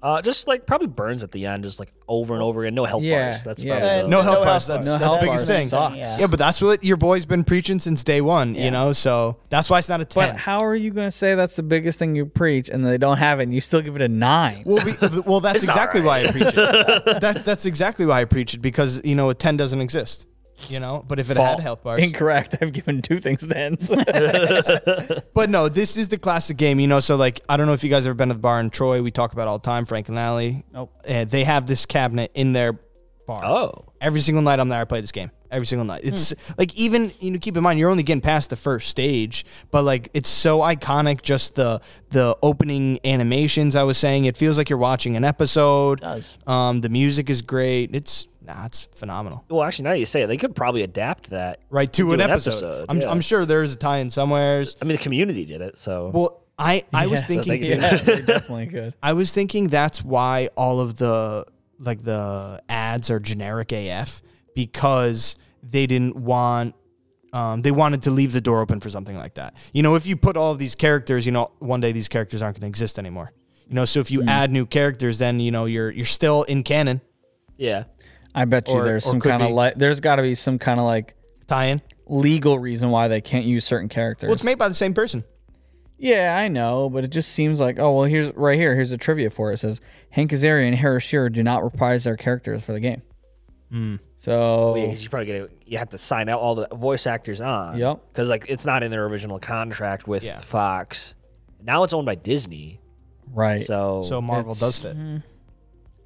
S4: Uh, just like probably burns at the end, just like over and over again. No health
S2: Yeah,
S4: bars. That's
S2: yeah.
S4: probably the-
S1: No help bars.
S3: help bars.
S1: That's,
S2: No
S1: that's
S2: help
S1: the biggest
S2: bars.
S1: thing.
S2: Sucks.
S1: Yeah, but that's what your boy's been preaching since day one. You know, so that's why it's not a ten.
S2: But how are you going to say that's the biggest thing you preach and they don't have it and you still give it a nine?
S1: Well, be, th- well,
S2: [LAUGHS]
S1: that's exactly why I preach it. That, that's exactly why I preach it because you know a ten doesn't exist. You know, but if it had
S2: Fault.
S1: health bars,
S2: Incorrect. I've given two things [LAUGHS]
S4: [LAUGHS]
S2: tens.
S1: but no, this is the classic game. You know, so like I don't know if you guys ever been to the bar in Troy. We talk about it all the time Frank and Alley.
S3: Nope.
S1: Uh, they have this cabinet in their bar.
S4: Oh.
S1: Every single night I'm there, I play this game. Every single night. It's
S3: Hmm.
S1: like even you know, keep in mind you're only getting past the first stage, but like it's so iconic just the the opening animations I was saying. It feels like you're watching an episode.
S3: does.
S1: Um the music is great. It's nah, it's phenomenal.
S4: Well, actually, now that you say it, they could probably adapt that.
S1: Right to
S4: do
S1: an, episode. I'm,
S4: yeah.
S1: I'm sure there's a tie in somewheres.
S4: I mean, the community did it, so
S1: Well, I I
S3: [LAUGHS]
S1: was thinking
S2: yeah, they definitely could.
S1: I was thinking that's why all of the like the ads are generic AF because they didn't want um, they wanted to leave the door open for something like that. You know, if you put all of these characters, you know, one day these characters aren't going to exist anymore. You know, so if you add new characters, then you know you're you're still in canon
S4: yeah.
S2: I bet you
S1: Or-
S2: there's
S1: or
S2: some
S1: could
S2: kind of
S1: be.
S2: like there's got to be some kind of like
S1: tie-in.
S2: legal reason why they can't use certain characters.
S1: Well, it's made by the same person.
S2: yeah, I know, but it just seems like oh well. Here's right here. Here's the trivia for it. it says Hank Azaria and Harris Shearer do not reprise their characters for the game.
S1: Hmm.
S2: So
S4: Oh, Yeah, 'cause you probably get you have to sign out all the voice actors on.
S2: Yep.
S4: Because like it's not in their original contract with
S1: Yeah.
S4: Fox. Now it's owned by Disney,
S2: right,
S4: so [LAUGHS]
S1: So Marvel
S2: It's-
S1: does fit.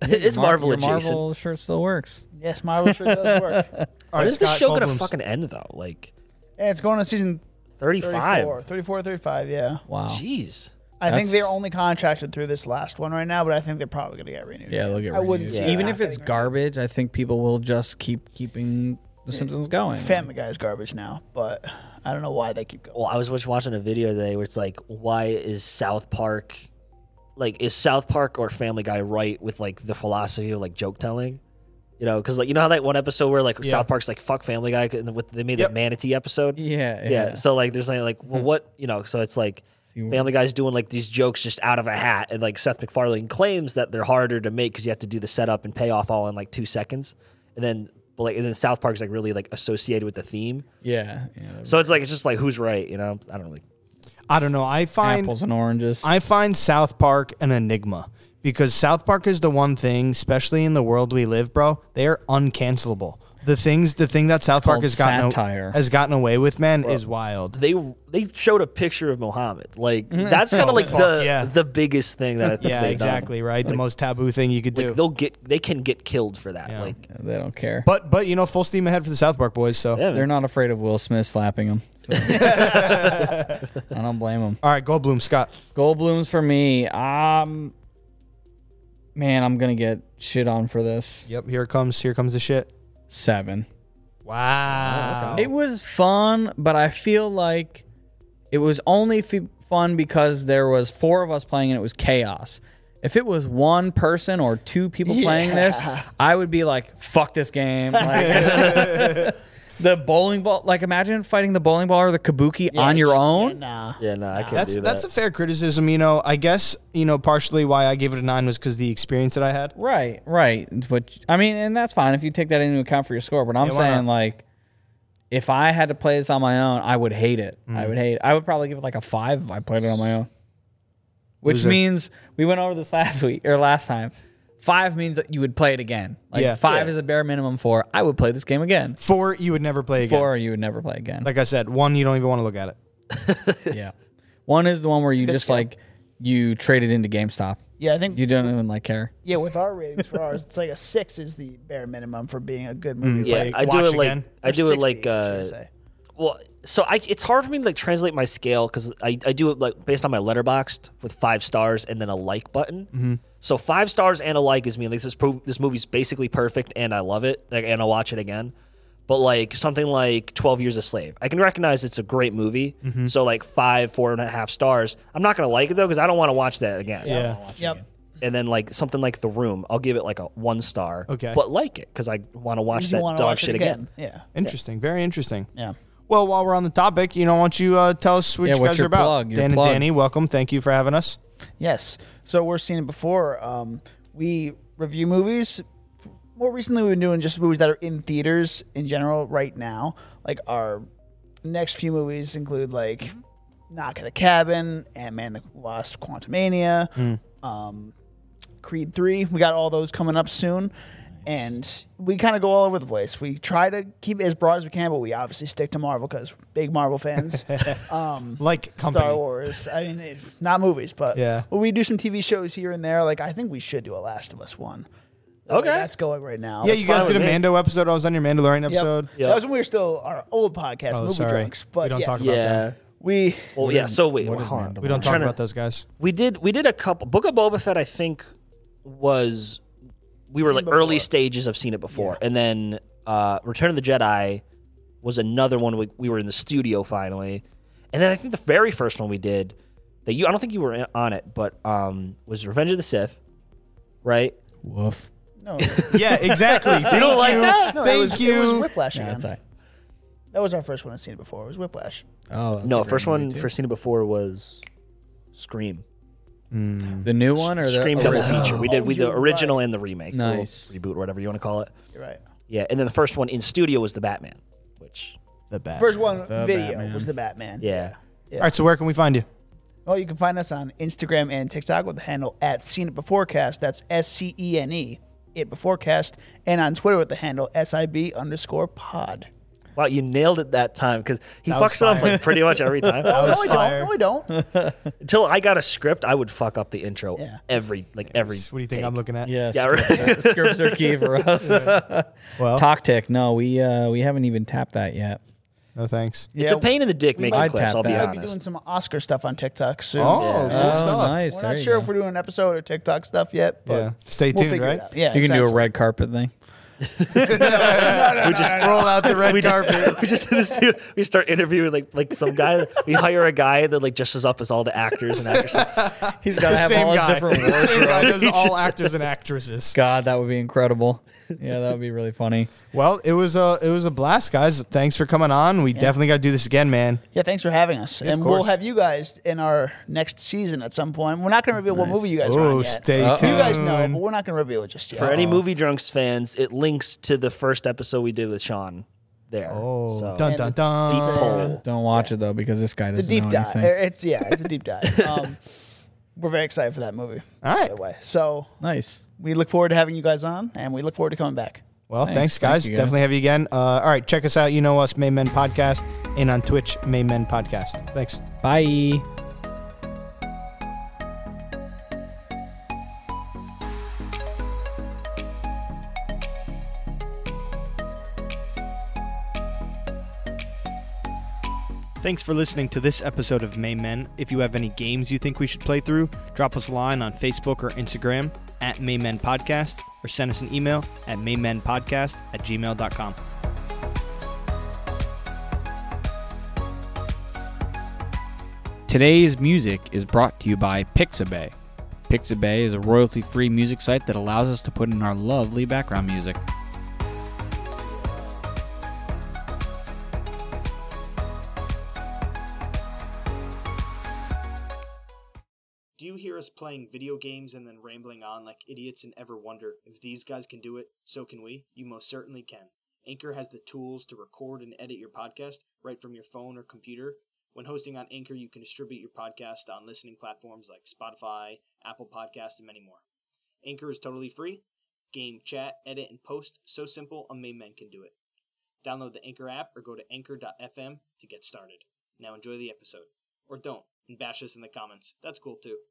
S4: it's
S2: Mar-
S4: Marvel
S2: your
S4: adjacent.
S2: Marvel shirt still works.
S3: Yes, Marvel sure
S1: [LAUGHS]
S3: does work.
S1: All
S3: And
S4: When
S1: right,
S4: is this
S1: Scott
S4: show gonna
S1: Goldblum's-
S4: fucking end though? Like
S3: it's going to season
S4: thirty-five.
S3: 34, 34, 35, yeah.
S2: Wow.
S4: Jeez.
S3: I think
S2: That's-
S3: they're only contracted through this last one right now, but I think they're probably going to get renewed.
S2: Yeah, they'll get
S3: I
S2: renewed.
S3: wouldn't see
S4: Yeah.
S3: it
S2: Even
S3: not
S2: if it's
S3: getting
S2: garbage, I think people will just keep keeping The Simpsons going.
S3: renewed. Family Guy's garbage now, but I don't know why they keep going.
S4: Well, I was just watching a video today where it's like, why is South Park, like, is South Park or Family Guy right with like the philosophy of like joke telling? You know, because like you know how that one episode where like
S1: Yeah.
S4: South Park's like fuck Family Guy and with they made
S1: Yep.
S4: that manatee episode.
S2: Yeah, yeah.
S4: yeah. So like, there's like, like, well, what you know? So it's like
S2: See what-
S4: Family Guy's doing like these jokes just out of a hat, and like Seth MacFarlane claims that they're harder to make because you have to do the setup and payoff all in like two seconds, and then but like and then South Park's like really like associated with the theme.
S2: yeah, yeah.
S4: So it's like it's just like who's right, you know? I don't really.
S1: I don't know. I find
S2: apples and oranges.
S1: I find South Park an enigma because South Park is the one thing, especially in the world we live, bro. They are uncancelable. The things, the thing that South Park
S2: called
S1: has gotten
S2: satire.
S1: has gotten away with, man, is wild.
S4: they they showed a picture of Muhammad. Like that's
S1: [LAUGHS]
S4: kind of like
S1: Mm-hmm. Oh, fuck,
S4: the
S1: yeah.
S4: the biggest thing that I think
S1: Yeah,
S4: they've done.
S1: exactly. Right, the most taboo thing you could
S4: Like
S1: do.
S4: they'll get they can get killed for that. Like
S2: they don't care.
S1: But but you know, full steam ahead for the South Park boys. So
S4: yeah, man.
S2: They're not afraid of Will Smith slapping them.
S3: [LAUGHS]
S2: So. [LAUGHS] I don't blame them.
S1: all right, Goldblum, Scott.
S2: Goldblum's for me. Um, man, I'm gonna get shit on for this.
S1: Yep, here it comes. Here comes the shit.
S2: Seven.
S4: Ah,
S1: Wow.
S2: It was fun, but I feel like it was only f- fun because there was four of us playing and it was chaos. If it was one person or two people playing this, I would be like, "Fuck this game!" Like, [LAUGHS] the bowling ball. Like, imagine fighting the bowling ball or the kabuki on your
S3: Yeah,
S2: own.
S3: nah.
S4: yeah, no, I can't
S1: That's
S4: do that.
S1: that's a fair criticism. You know, I guess you know partially why I gave it a nine was because the experience that I had.
S2: Right, right. But I mean, and that's fine if you take that into account for your score. But I'm
S1: why
S2: saying,
S1: not?
S2: like, if I had to play this on my own, I would hate it.
S1: Mm.
S2: I would hate. It. I would probably give it like a five if I played it on my own. Which
S1: Loser.
S2: means we went over this [LAUGHS] last week or last time. Five means that you would play it again. Like
S1: Yeah.
S2: five is a bare minimum for I would play this game again.
S1: Four, you would never play again.
S2: Four, you would never play again.
S1: Like I said, one, you don't even want to look at it.
S2: yeah. One is the one where you just like you trade it into GameStop.
S3: Yeah, I think
S2: You don't even like care.
S3: yeah, with our ratings for ours, it's like a six is the bare minimum for being a
S1: Mm-hmm.
S3: good movie.
S4: yeah,
S1: like,
S4: I do
S1: watch
S4: it like
S1: again.
S4: I do it like
S3: uh,
S4: uh, well. So I it's hard for me to like translate my scale because I, I do it like based on my letterboxed with five stars and then a like button.
S1: Mm-hmm.
S4: So five stars and a like is me like this prov- this movie's basically perfect and I love it like, and I'll watch it again. But like something like Twelve Years a Slave, I can recognize it's a great movie.
S1: Mm-hmm.
S4: So like five, four and a half stars. I'm not gonna like it though because I don't want to watch that again.
S1: Yeah.
S3: Yep.
S4: And then like something like The Room, I'll give it like a one star.
S1: Okay.
S4: But like it because I want to watch
S3: You
S4: that
S3: want
S4: dog
S3: to watch
S4: shit
S3: it
S4: again.
S3: again. Yeah.
S1: Interesting. Very interesting.
S3: Yeah.
S1: Well, while we're on the topic, you know, why don't you uh, tell us what
S2: Yeah,
S1: you
S2: what's
S1: guys
S2: your
S1: are about?
S2: plug? Your
S1: Dan
S2: plug.
S1: and Danny, welcome. Thank you for having us.
S3: Yes. So we're seeing it before. Um, we review movies. More recently, we've been doing just movies that are in theaters in general right now. Like our next few movies include like Knock at the Cabin, Ant Man the Wasp, Quantumania, um, Creed 3. We got all those coming up soon. And we kind of go all over the place. We try to keep it as broad as we can, but we obviously stick to Marvel because big Marvel fans. um,
S1: Like company.
S3: Star Wars. I mean, it, not movies, but
S1: Yeah.
S3: Well, we do some TV shows here and there. Like I think we should do a Last of Us one. the way
S4: Okay.
S3: that's going right now.
S1: yeah,
S3: That's
S1: you
S4: fine
S1: guys did a
S4: with me.
S1: Mando episode. I was on your Mandalorian
S3: Yep.
S1: episode.
S4: Yeah.
S3: That was when we were still our old podcast,
S1: Oh,
S3: movie
S1: sorry.
S3: drunks. But
S1: we don't
S3: yes.
S1: talk about that.
S4: Yeah.
S3: we
S4: Well, yeah. So wait,
S2: What is
S4: hold on.
S2: Mandalorian?
S1: We don't talk
S4: tryna-
S1: about those guys.
S4: We did we did a couple Book of Boba Fett I think was we were like early stages of seen it before. And then uh Return of the Jedi was another one we, we were in the studio finally. And then I think the very first one we did that you I don't think you were in- on it, but um was Revenge of the Sith, right?
S2: Woof.
S3: no,
S1: [LAUGHS] yeah, exactly. Thank you
S4: don't like that?
S3: no, it
S1: Thank
S3: was,
S1: you.
S3: It was Whiplash
S2: Yeah,
S3: again.
S2: that's I.
S3: that was our first one I've seen before. It was Whiplash.
S2: Oh, that's a
S4: no,
S2: great
S4: first
S2: movie,
S4: one
S2: too.
S4: first seen it before was Scream.
S1: Hmm,
S2: the new one or the
S4: Scream double
S2: original?
S4: feature. We did we
S3: Oh,
S4: the
S3: you're
S4: original and the remake. or
S2: Nice.
S4: Reboot, whatever you want to call it.
S3: You're right.
S4: Yeah, and then the first one in studio was the Batman, which
S1: the bad.
S3: First one
S2: The
S3: video
S2: Batman.
S3: was the Batman.
S4: yeah.
S1: All right, so where can we find you?
S3: Well, you can find us on Instagram and TikTok with the handle at Seen It Beforecast. That's S C E N E It Beforecast, and on Twitter with the handle S I B underscore Pod.
S4: Wow, you nailed it that time because he
S1: That was
S4: fucks it up
S1: fire.
S4: like pretty much
S1: [LAUGHS]
S4: every time.
S3: No,
S1: was
S3: I
S1: Oh, fire.
S3: don't. No, I
S2: [LAUGHS]
S3: don't.
S4: Until I got a script, I would fuck up the intro
S3: Yeah.
S4: every like every.
S1: What do you think I'm looking at?
S2: Yeah,
S4: Yeah, right.
S2: scripts, [LAUGHS] scripts are key for us.
S1: Well,
S2: Toctic. No, we uh, we haven't even tapped that yet.
S1: no thanks.
S4: It's a pain in the dick making
S2: might
S4: clips.
S2: tap
S4: I'll be
S2: that.
S3: I'll be doing
S4: honest.
S3: some Oscar stuff on TikTok soon.
S1: Oh, good
S2: Oh,
S1: stuff.
S2: nice.
S3: We're
S2: There
S3: not
S2: you
S3: sure
S2: go.
S3: if we're doing an episode or TikTok stuff yet, but
S1: Yeah. Stay
S3: we'll
S1: tuned,
S3: figure
S1: right?
S3: it out. Yeah,
S2: you can do a
S3: exactly.
S2: red carpet thing.
S4: [LAUGHS]
S1: we [LAUGHS] just roll out the red
S4: We just,
S1: carpet.
S4: [LAUGHS] we just in the studio, we start interviewing like like some guy. We hire a guy that like dresses up as all the actors and actresses.
S2: He's got to have
S1: Same
S2: all his
S1: guy.
S2: different
S1: [LAUGHS] Same guy
S2: wardrobe.
S1: does all actors and actresses.
S2: [LAUGHS] God, that would be incredible. Yeah, that would be really funny.
S1: Well, it was a it was a blast, guys. Thanks for coming on. We definitely got to do this again, man.
S3: Yeah, thanks for having us, and we'll
S1: course.
S3: have you guys in our next season at some point. We're not going to reveal what movie you guys are on
S1: Oh,
S3: yet.
S1: stay
S2: Uh-oh.
S1: tuned.
S3: You guys know, but we're not going to reveal it just yet.
S4: For any
S1: Uh-huh.
S4: movie drunks fans, it links to the first episode we did with Sean. There.
S1: Oh,
S4: So-
S1: dun
S3: And
S1: dun
S3: it's
S1: dun.
S4: deep hole.
S2: Don't watch it though because this guy doesn't
S3: it's a deep
S2: know
S3: dive. Er,
S2: anything.
S3: It's yeah, it's a
S2: [LAUGHS]
S3: deep dive. Um, we're very excited for that movie.
S1: All right.
S3: By the way, so
S2: Nice.
S3: we look forward to having you guys on, and we look forward to coming back.
S1: Well,
S2: Thanks.
S1: thanks,
S2: Thank
S1: guys.
S2: you, guys.
S1: Definitely have you again. Uh, all right, check us out. You know us, May Men Podcast, and on Twitch, May Men Podcast. Thanks.
S2: Bye.
S1: Thanks for listening to this episode of May Men. If you have any games you think we should play through, drop us a line on Facebook or Instagram at May Men Podcast or send us an email at maymenpodcast at gmail.com.
S6: Today's music is brought to you by Pixabay. Pixabay is a royalty free music site that allows us to put in our lovely background music.
S1: Do you hear us playing video games and then rambling on like idiots and ever wonder if these guys can do it, so can we? You most certainly can. Anchor has the tools to record and edit your podcast right from your phone or computer. When hosting on Anchor, you can distribute your podcast on listening platforms like Spotify, Apple Podcasts, and many more. Anchor is totally free. Game, chat, edit, and post so simple a layman can do it. Download the Anchor app or go to anchor.fm to get started. Now enjoy the episode. Or don't, and bash us in the comments. That's cool too.